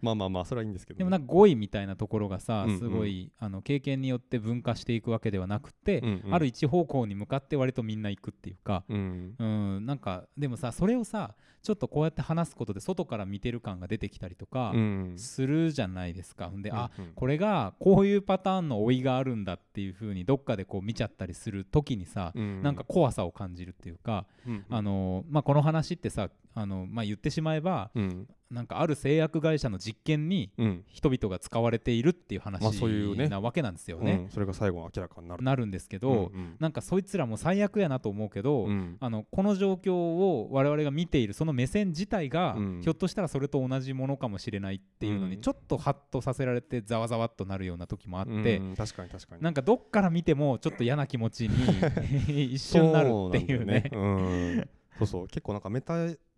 B: まあまあまあそれはいいんですけど、
A: でもなんか語彙みたいなところがさ
B: うんうん
A: すごい、あの経験によって分化していくわけではなくて、
B: うんうん
A: ある一方向に向かって割とみんな行くっていうか、
B: うん
A: うん、なんかでもさそれをさちょっとこうやって話すことで外から見てる感が出てきたりとか
B: うん
A: するじゃないですか、んで、あ
B: うんうん
A: これがこういうパターンの老いがあるんだっていう風にどっかでこう見ちゃったりする時にさ、
B: うん
A: なんか怖さを感じるっていうか、
B: うん
A: あのまあ、この話ってさあの、まあ、言ってしまえば
B: うん
A: なんかある製薬会社の実験に
B: うん
A: 人々が使われているっていう話
B: まあそういうね
A: なわけなんですよね。
B: うんそれが最後明らかになる
A: なるんですけど、
B: うん
A: なんかそいつらも最悪やなと思うけど、
B: うん
A: あのこの状況を我々が見ているその目線自体が、
B: うん
A: ひょっとしたらそれと同じものかもしれないっていうのに、
B: うん
A: ちょっとハッとさせられてざわざわっとなるような時もあって、
B: うん確かに確かに
A: なんかどっから見てもちょっと嫌な気持ち
B: <laughs>
A: に一瞬なるっていうね。
B: そうなんだよねうんそうそう結構なんかメタ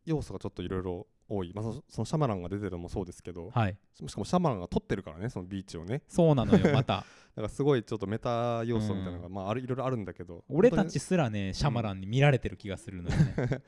B: 要素がちょっといろいろ多い、まあ、そそのシャマランが出てるのもそうですけど
A: はい、
B: しかもシャマランが撮ってるからねそのビーチをね
A: そうなのよ
B: <laughs>
A: また
B: だからすごいちょっとメタ要素みたいなのが、まあ、あるいろいろあるんだけど
A: 俺たちすらねシャマランに見られてる気がするのよ
B: <laughs>
A: ね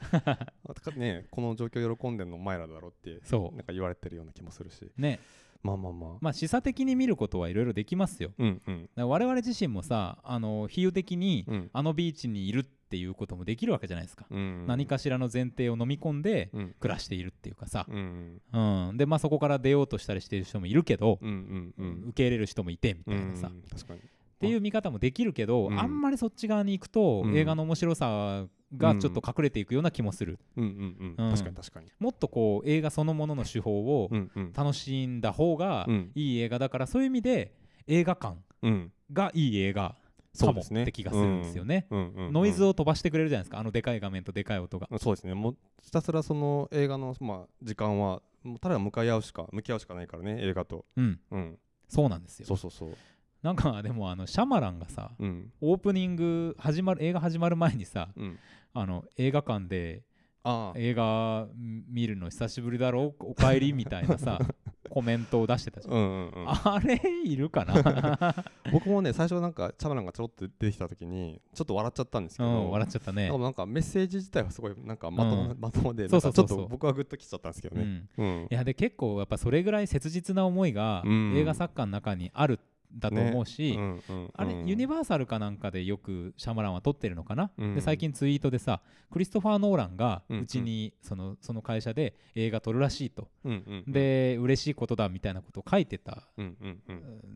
B: 本当にねこの状況喜んでんのお前らだろって
A: そ
B: なんか言われてるような気もするし
A: うね
B: まあまあまあ、
A: まあ示唆的に見ることはいろいろできますよ
B: うんうん
A: だから我々自身もさあの比喩的に
B: うん
A: あのビーチにいるっていうこともできるわけじゃないですか、
B: うん
A: 何かしらの前提を飲み込んで
B: うん
A: 暮らしているっていうかさ、
B: うん
A: うん、でまあそこから出ようとしたりしている人もいるけど、
B: うんうんうん
A: 受け入れる人もいてみ
B: う
A: たい
B: ん
A: なさ、っ
B: 確かに
A: ていう見方もできるけど、
B: うん
A: あんまりそっち側に行くと、
B: うん
A: 映画の面白さがちょっと隠れていくような気もする、
B: うんうんう
A: うんん
B: 確かに確かに
A: もっとこう映画そのものの手法を
B: うんうん
A: 楽しんだ方が
B: うん
A: いい映画だからそういう意味で映画館
B: うん
A: がいい映画
B: そ
A: か
B: う
A: も
B: ですね
A: って気がするんですよね。
B: うんうんうん
A: ノイズを飛ばしてくれるじゃないですかあのでかい画面とでかい音が。
B: そうですねもうひたすらその映画の、まあ、時間はもうただ向かい合うしか向き合うしかないからね映画と
A: うん
B: うん
A: そうなんですよ
B: そうそうそう
A: なんかでもあのシャマランがさ
B: うん
A: オープニング始まる映画始まる前にさ
B: うん
A: あの映画館で
B: ああ
A: 映画見るの久しぶりだろおかえりみたいな
B: <laughs>
A: さコメントを出してたじゃん、
B: うんうんうん
A: あれいる
B: <laughs>
A: かな、
B: 僕もね最初なんかチャマランがちょろっと出てきた時にちょっと笑っちゃったんですけ
A: う
B: ど、
A: ん、笑っちゃったね
B: でもなんかメッセージ自体はすごいなんかまとも,、
A: うん
B: まともで
A: そ
B: な
A: うんそ
B: か
A: う
B: ち
A: そう
B: ょっ
A: そう
B: と僕はグッときちゃったんですけど
A: う
B: ね。
A: ん、
B: うん
A: いやで結構やっぱそれぐらい切実な思いが
B: うん
A: 映画作家の中にあるんだと思うし、
B: うんうん
A: あれ、
B: うん
A: ユニバーサルかなんかでよくシャマランは撮ってるのかな、
B: うん
A: で最近ツイートでさクリストファー・ノーランが
B: うんうん
A: うちにそのその会社で映画撮るらしいと、
B: うんうんうん、
A: で嬉しいことだみたいなことを書いてた
B: うんうんう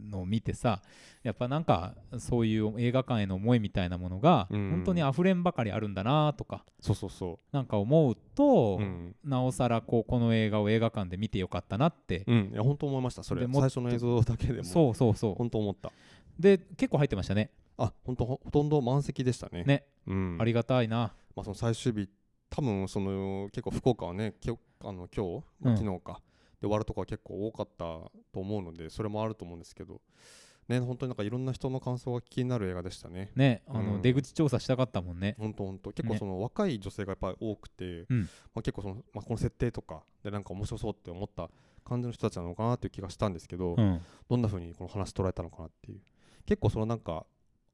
B: ん
A: のを見てさやっぱなんかそういう映画館への思いみたいなものが
B: うん
A: 本当に溢れんばかりあるんだなとか
B: そうそうそ
A: なんか思うと、
B: う。うん
A: なおさらこうこの映画を映画館で見てよかったなって、
B: うん、いや本当思いましたそれ
A: で
B: 最
A: も
B: 初の映像だけでも
A: そうそうそう
B: 本当思った
A: で結構入ってましたね
B: あ本当ほほとんど満席でしたね
A: ね、
B: うん
A: ありがたいな
B: まあ、その最終日多分その結構福岡はねきょあの今日、ま
A: う
B: あ
A: ん
B: 昨日かで終わるとこは結構多かったと思うのでそれもあると思うんですけどね本当になんかいろんな人の感想が気になる映画でしたね
A: ねあの、
B: うん
A: 出口調査したかったもんね
B: 本当本当結構
A: ね
B: その若い女性がやっぱり多くて、
A: うん
B: まあ、結構その、まあ、この設定とかでなんか面白そうって思った感じの人たちなのかなっていう気がしたんですけど、
A: うん
B: どんな風にこの話捉えたのかなっていう結構そのなんか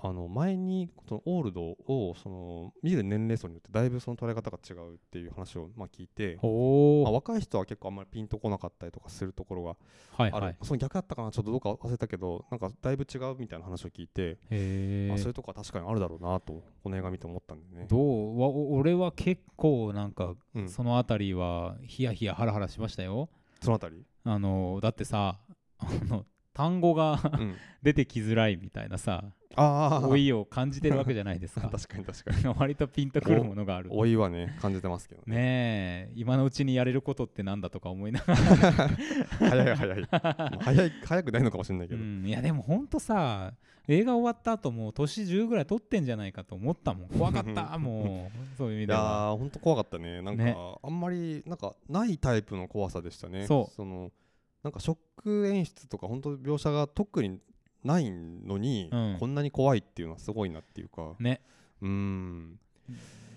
B: あの前にそのオールドをその見る年齢層によってだいぶその捉え方が違うっていう話をまあ聞いて、
A: お
B: まあ、
A: お、
B: 若い人は結構あんまりピンとこなかったりとかするところが
A: はい
B: ある、
A: はい
B: その逆だったかなちょっとどうか忘れたけどなんかだいぶ違うみたいな話を聞いて、
A: へ
B: あそうい
A: え
B: うとこは確かにあるだろうなとこの映画見て思ったんでね。
A: どうわお俺は結構なんか
B: うん、そ
A: そのあたりはヒヤヒヤハラハラしましたよ
B: のあたり、
A: あのだってさあの単語が <laughs>
B: うん、
A: 出てきづらいみたいなさ
B: ああ
A: 老いを感じてるわけじゃないです
B: <laughs>
A: か
B: 確かに確かに
A: 割とピンとくるものがある
B: 老いはね感じてますけどね
A: ねえ今のうちにやれることってなんだとか思いなが
B: 早い早いまあ早い早くないのかもしれないけ
A: ら、う
B: ど、
A: ん、いやでもほんとさ映画終わった後もう年10ぐらい取ってんじゃないかと思ったもん怖かったも
B: <laughs>
A: うそういう意味
B: い
A: で
B: や
A: は
B: ー、ほんと怖かったね。なんか、
A: ね
B: あんまり、なんか、ないタイプの怖さでしたね。
A: そう
B: の、なんか、ショック演出とか、本当描写が特にないのに、
A: うん
B: こんなに怖いっていうのはすごいなっていうか。
A: ね
B: うーん。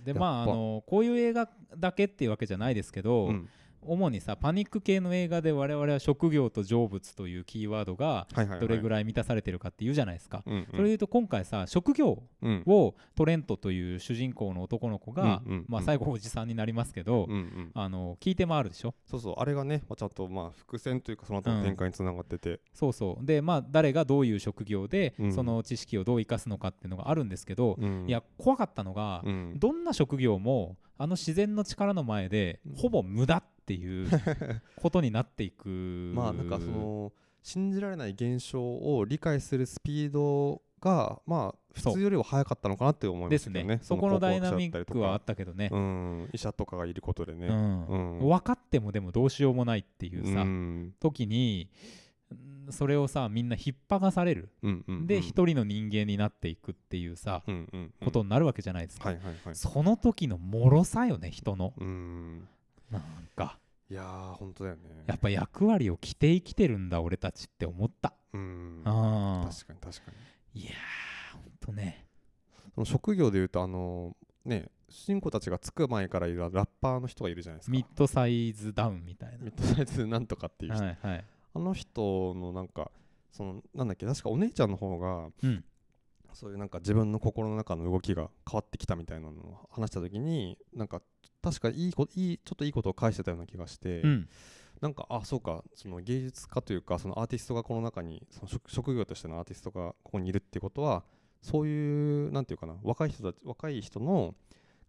A: で
B: やっぱ
A: まああのこういう映画だけっていうわけじゃないですけど、
B: うん
A: 主にさパニック系の映画で我々は職業と成仏というキーワードが
B: はいはいはい。
A: どれぐ
B: ら
A: ら
B: い、
A: い満たされてるかっていうじゃないですか、
B: うんうん、
A: それでいうと今回さ職業
B: うん、
A: をトレントという主人公の男の子が、
B: うんうんうん
A: まあ、最後おじさんになりますけど、
B: うんうん
A: あの聞いて回るでしょ
B: そうそう、あれがね、まあ、ちゃんと、まあ、伏線というか、その後の展開につながってて。
A: そうそうでまあ誰がどういう職業で、
B: うん
A: その知識をどう生かすのかっていうのがあるんですけど、
B: うん
A: いや、怖かったのが、
B: うん、
A: どんな職業もあの自然の力の前で
B: うん
A: ほぼ無駄っていうことになっていく
B: <laughs> まあなんかその信じられない現象を理解するスピードがまあ
A: そう
B: 普通よりは早かったのかなって思いま
A: ですす
B: けど
A: ね
B: ね。
A: そこの
B: 高
A: ダイ
B: 校
A: ナ
B: 生
A: ミ
B: だったり
A: ッ
B: と
A: クはあ
B: か
A: ったけどね、
B: うん医者とかがいることで
A: う
B: ね。
A: ん
B: うん
A: 分かってもでもどうしようもないっていうさ、
B: うん
A: 時にうんそれをさみんな引っ張がされる、
B: うんうん
A: で一人の人間になっていくっていうさ、
B: うんうんうん
A: ことになるわけじゃないですか、
B: はいはいはい。
A: その時の脆さよね人の
B: うん
A: なんか
B: いやー本当だよね。
A: やっぱ役割を着て生きてるんだ俺たちって思った、
B: うん確
A: ああ
B: かに確かに。
A: いやーほんとね
B: その職業でいうとあのね主人公たちが着く前からいるラッパーの人がいるじゃないですか。
A: ミッドサイズダウンみたい
B: ミッドサイズなんとかっていう
A: な
B: 人
A: はいはい
B: あの人のなんかそのなんだっけ確かお姉ちゃんの方が、
A: うん
B: そういうなんか自分の心の中の動きが変わってきたみたいなのを話した時になんか確かいいこいいちょっといいことを返してたような気がして、
A: うん
B: なんかあそうかその芸術家というかそのアーティストがこの中にその職職業としてのアーティストがここにいるってことはそういうなんていうかな若い人たち若い人の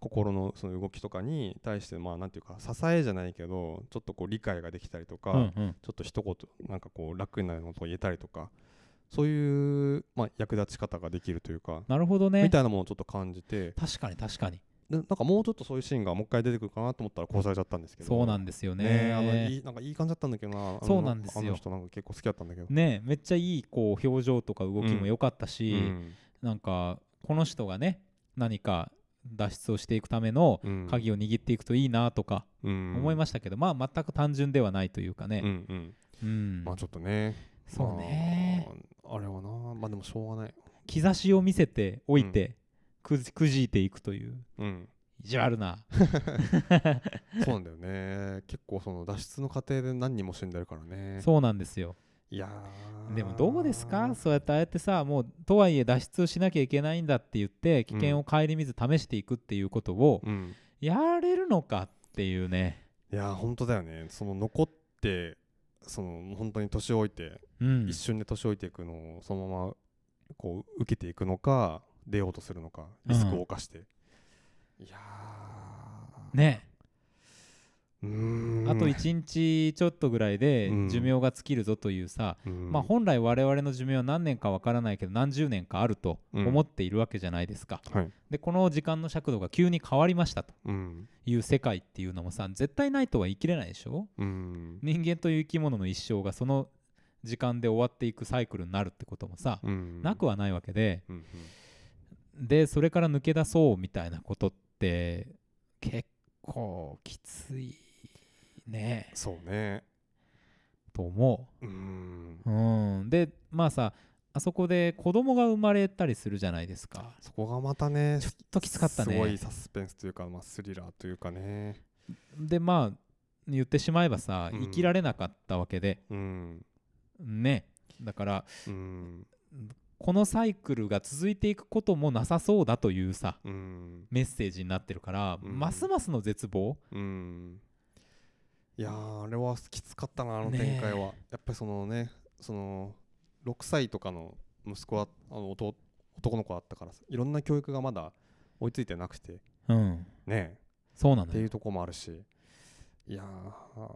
B: 心のその動きとかに対してまあなんていうか支えじゃないけどちょっとこう理解ができたりとか、
A: うんうん
B: ちょっと一言なんかこう楽になることを言えたりとかそういう、まあ、役立ち方ができるというか、
A: なるほど
B: み
A: ね
B: たいなものをちょっと感じて
A: 確かに確かに
B: でなんかもうちょっとそういうシーンがもう一回出てくるかなと思ったら殺されちゃったんですけど
A: そうなんんですよ
B: ね
A: ね
B: あのいいなんかいい感じだったんだけどなあの
A: そうなんですよ
B: あの人なんか結構好きだったんだけど、
A: ねめっちゃいいこう表情とか動きも良かった
B: う
A: し、
B: ん
A: なんかこの人がね何か脱出をしていくための
B: うん、
A: 鍵を握っていくといいなとか思いま
B: し
A: したけど、まあ全く単純ではないというか
B: た
A: ね、
B: うんうん
A: うん
B: まあちょっとね
A: そうね、
B: まああれはなまあでもしょうがない
A: 兆しを見せておいて、くじくじいていくという
B: うん
A: 意地悪な
B: そうなんだよね <laughs> 結構その脱出の過程で何人も死んでるからね
A: そうなんですよ
B: いやー
A: でもどうですかそうやってああやってさもうとはいえ脱出しなきゃいけないんだって言って危険を顧みず試していくっていうことを
B: うん
A: やれるのかっていうね
B: いやー本当だよねその残ってその本当に年老いて、
A: うん
B: 一瞬で年老いていくのをそのままこう受けていくのか出ようとするのかリスクを冒して、いやー
A: ね
B: うーん
A: あと1日ちょっとぐらいで
B: うん
A: 寿命が尽きるぞというさ、
B: うん
A: まあ、本来我々の寿命は何年かわからないけど何十年かあると
B: うん
A: 思っているわけじゃないですか。
B: はい
A: でこの時間の尺度が急に変わりましたと
B: うん
A: いう世界っていうのもさ絶対ないとは言い切れないでしょ
B: うん
A: 人間という生き物の一生がその時間で終わっていくサイクルになるってこともさ、
B: うん
A: なくはないわけで
B: うんうん
A: でそれから抜け出そうみたいなことって結構きついね
B: そうね
A: と思
B: うーん
A: う、うん、でまあさあそこで子供が生まれたりするじゃないですか
B: そこがまたね
A: ちょっときつかった
B: すごい
A: ね
B: サスペンスというか、まあ、スリラーというかね
A: でまあ言ってしまえばさ
B: うん
A: 生きられなかったわけで、
B: うん
A: ねだから
B: うん
A: このサイクルが続いていくこともなさそうだというさ
B: うん
A: メッセージになってるから、
B: うん
A: ますますの絶望
B: うんいやーあれはきつかったなあの展開は、
A: ね
B: やっぱりそのねその6歳とかの息子はあの弟男の子だったからさいろんな教育がまだ追いついてなくて
A: うん
B: ね
A: そうな
B: っ
A: の
B: て
A: よ
B: いうとこもあるしいやー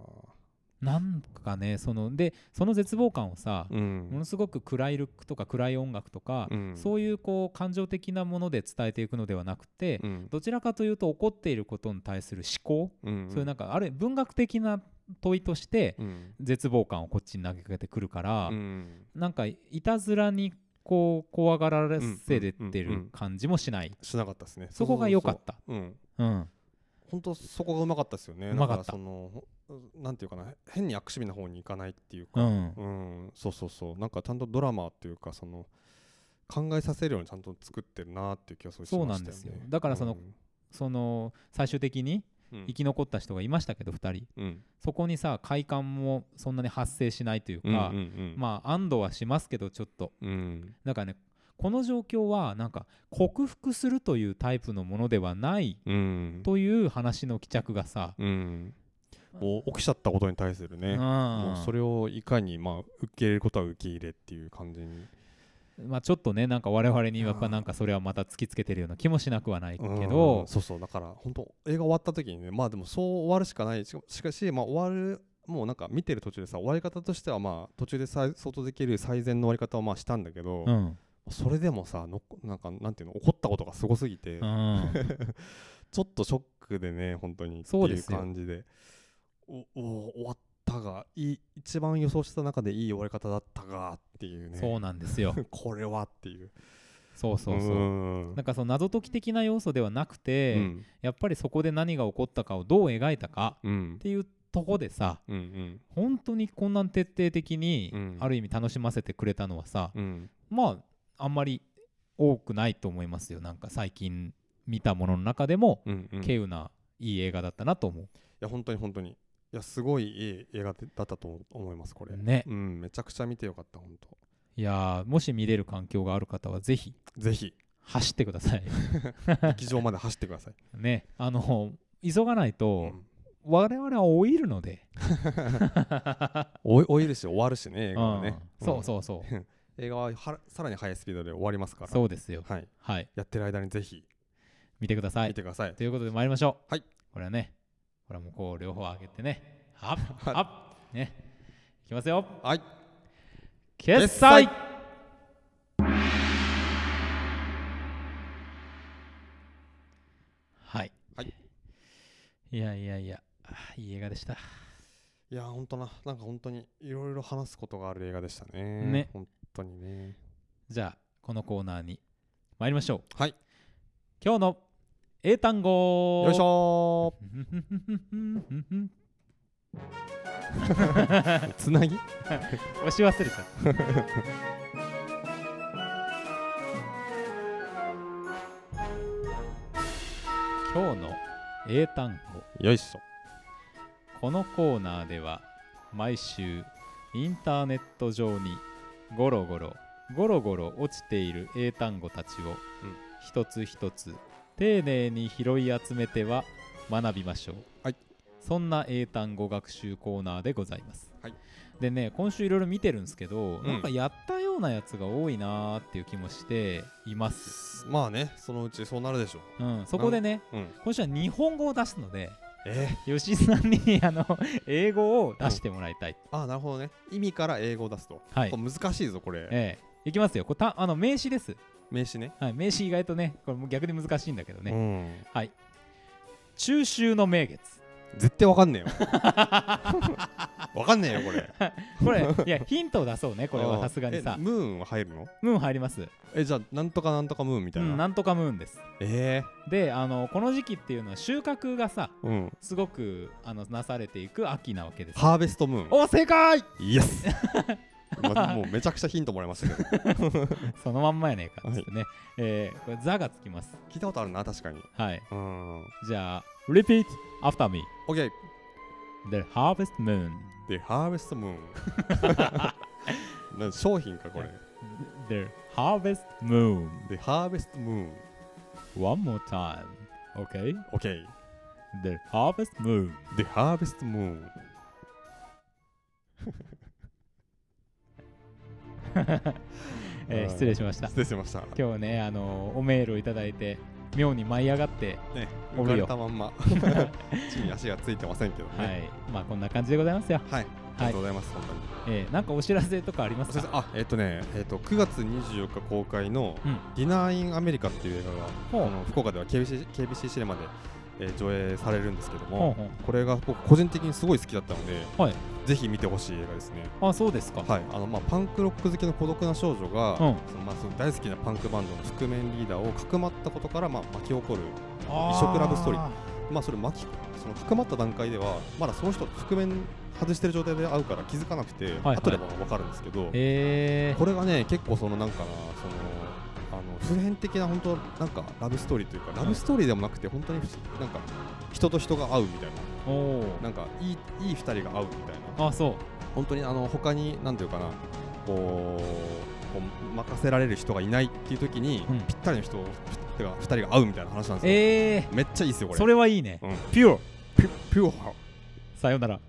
A: なんかねそのでその絶望感をさ、
B: うん
A: ものすごく暗いルックとか暗い音楽とか、
B: うん
A: そういうこう感情的なもので伝えていくのではなくて、
B: うん
A: どちらかというと起こっていることに対する思考、
B: うん
A: そういうなんかある文学的な問いとして
B: うん
A: 絶望感をこっちに投げかけてくるから、
B: うん
A: なんかいたずらにこう怖がらせれて
B: うんうんうんう
A: る
B: ん
A: 感じもしない、
B: しなかったですね
A: そこが良かった。
B: そうそうそううん
A: うん
B: 本当そこがうまかったですよね
A: うまかった
B: だらそのほなんていうかな変に悪趣味な方に行かないっていう
A: う
B: か
A: ん
B: うん、そうそうそうなんかちゃんとドラマっていうかその考えさせるようにちゃんと作ってるなっていう気がすごいしましたよね
A: そうなんですよだからそのその最終的に
B: うん
A: 生き残った人がいましたけど2人
B: うん
A: そこにさ快感もそんなに発生しないという
B: うん
A: か、
B: うんうん
A: まあ安堵はしますけどちょっと
B: うん
A: だからねこの状況はなんか克服するというタイプのものではない
B: うん
A: という話の帰着がさ、
B: うんもう起きちゃったことに対するねもうそ
A: れ
B: れをいかにまあ受け入れることは受け入れっていう感じに
A: まあ、ちょっとねなんか我々にやっぱなんかそれはまた突きつけてるような気もしなくはないけ
B: うん
A: ど、
B: そうそうだから本当映画終わった時にねまあでもそう終わるしかないしかしかしまあ終わるもうなんか見てる途中でさ終わり方としてはまあ途中でさ相当できる最善の終わり方をまあしたんだけ
A: う
B: ど、
A: んうん
B: それでもさのこなんかなんていうの怒ったことがすごすぎて、ちょっとショックでね本当にって
A: そう
B: い
A: で
B: う
A: すよ
B: 感じでおお終わったがいい一番予想した中でいい終わり方だったがっていうね
A: そうなんですよ
B: これはっていう
A: そうそうそう、
B: うん
A: なんかその謎解き的な要素ではなくて、
B: うん
A: やっぱりそこで何が起こったかをどう描いたか
B: うん
A: っていうとこでさ
B: うんうん
A: 本当にこんな徹底的に、
B: うん
A: ある意味楽しませてくれたのはさ、
B: うん
A: まああんまり多くないと思いますよなんか最近見たものの中でも
B: うんうん
A: 稀有ないい映画だったなと思
B: いや本当に本当にいやすごいいい映画だったと思いますこ
A: う、
B: れ、
A: ね
B: うんめちゃくちゃ見てよかった本当
A: いやーもし見れる環境がある方はぜひ <laughs>
B: ぜひ
A: 走ってください <laughs>
B: 劇場まで走ってください、
A: ねあの急がないうと
B: ん、
A: 我々は老いるので、
B: おい老いるし終わるしね映
A: う
B: 画は
A: ん
B: ね、
A: そう
B: うん
A: そうそう
B: 映画ははさらに速いスピードで終わりますから
A: そうですよ
B: はい
A: はい
B: やってる間にぜひ
A: 見てください
B: 見てください、
A: ということで参りましょう。
B: はい。
A: これはね、これはもうこう両方上げてね。はっ、はっ、ね。いきますよ。
B: はい
A: 決
B: 済
A: 済はい。
B: はい
A: いやいやいやあーいい映画でした
B: いやーほんとななんか本当にいろいろ話すことがある映画でしたね
A: ね
B: 本当にね
A: じゃあこのコーナーに参りましょう
B: はい
A: 今日の英単語
B: よいしょーつなぎ
A: 押し忘れちゃった <laughs> 今日の英単語
B: よいしょ
A: このコーナーでは毎週インターネット上にゴロゴロゴロゴロ落ちている英単語たちを
B: うん
A: 一つ一つ丁寧に拾い集めては学びましょう、
B: はい
A: そんな英単語学習コーナーでございます、
B: はい
A: でね今週いろいろ見てるんですけど、
B: ん
A: なんかやったようなやつが多いなーっていう気もしています、
B: まあねそのうちそうなるでしょ
A: うん、そこでね
B: ううん
A: 今週は日本語を出すので
B: えー、
A: 吉井さんにあの英語を出してもらいたい、
B: あーなるほどね意味から英語を出すと、
A: はい
B: これ難しいぞこれ、
A: ええいきますよこれたあの名詞です、
B: 名詞ね
A: はい、名詞意外とねこれも逆に難しいんだけどね、
B: うん
A: はい中秋の名
B: <laughs>
A: 月
B: 絶対わかんねえよ <laughs> わかんねえよこれ
A: これいやヒントを出そうね <laughs> これは
B: あー
A: さすがにさ
B: えムーンは入るの
A: ムーン入ります、
B: えじゃあなんとかなんとかムーンみ
A: う
B: たいな、
A: ん、なんとかムーンです
B: え
A: であのこの時期っていうのは収穫がさ
B: ー、うん
A: すごくあのなされていく秋なわけです
B: ハーベストムーン
A: お正解 <laughs>
B: イエスまもうめちゃくちゃヒントもらいましたけど <laughs>
A: そのまんまやねえかっつってね、えーこれ「ザ」がつきます
B: 聞いたことあるな確かに
A: はい
B: うん
A: じゃあ Repeat after me
B: OK
A: The harvest moon
B: The Harvest Moon
A: <laughs>
B: なん商品かこれ
A: The harvest moon
B: The Harvest Moon
A: One more time Okay
B: OK
A: The harvest <laughs> moon
B: The Harvest Moon
A: えー失礼しました
B: 失礼しました
A: 今日ねあのーおメールをいただいて妙に舞い上がって
B: ね
A: お
B: 浮
A: るよ
B: かれたまんま <laughs> 地に足がついてませんけど
A: は
B: ね
A: いまあこんな感じでございますよ
B: はい、ありがとうございます、本当に
A: えーなんかお知らせとかあります
B: 先生
A: か
B: あえっ、とね、えっと9月24日公開の
A: うん
B: 「ディナー・イン・アメリカ」っていう映
A: ほ
B: 画
A: う
B: が、あの福岡では KBC, KBC シネマで、えー上映されるんですけど
A: ほう
B: も、
A: ほ
B: これが僕個人的にすごい好きだったので、
A: はい
B: ぜひ見てほしい映画ですね、
A: うあそうですか
B: はいあのまあ、パンクロック好きの孤独な少女が、
A: うん
B: そのまあ、その大好きなパンクバンドの覆面リーダーをかくまったことから、まあ、巻き起こる、
A: あ
B: 異色ラブストーリー
A: あ
B: まあ、それ巻きそのかくまった段階ではまだその人覆面外してる状態で会うから気づかなくて、
A: はい
B: 後でも分かるんですけど、
A: えー
B: <laughs> これがね結構そのなんかなそのあの普遍的な本当なんかラブストーリーというかラブストーリーでもなくて本当になんか人と人が会うみたいな
A: おー
B: なんかいいいい2人が会うみたいな
A: あそう
B: 本当にあの他になんていうかなこうこう任せられる人がいないっていう時に、
A: うん
B: ぴったりの人をてか2人が会うみたいな話なんですよ、
A: えー
B: めっちゃいいですよこれ
A: それはいいね
B: うん
A: ピュア
B: ピュピュア
A: さよなら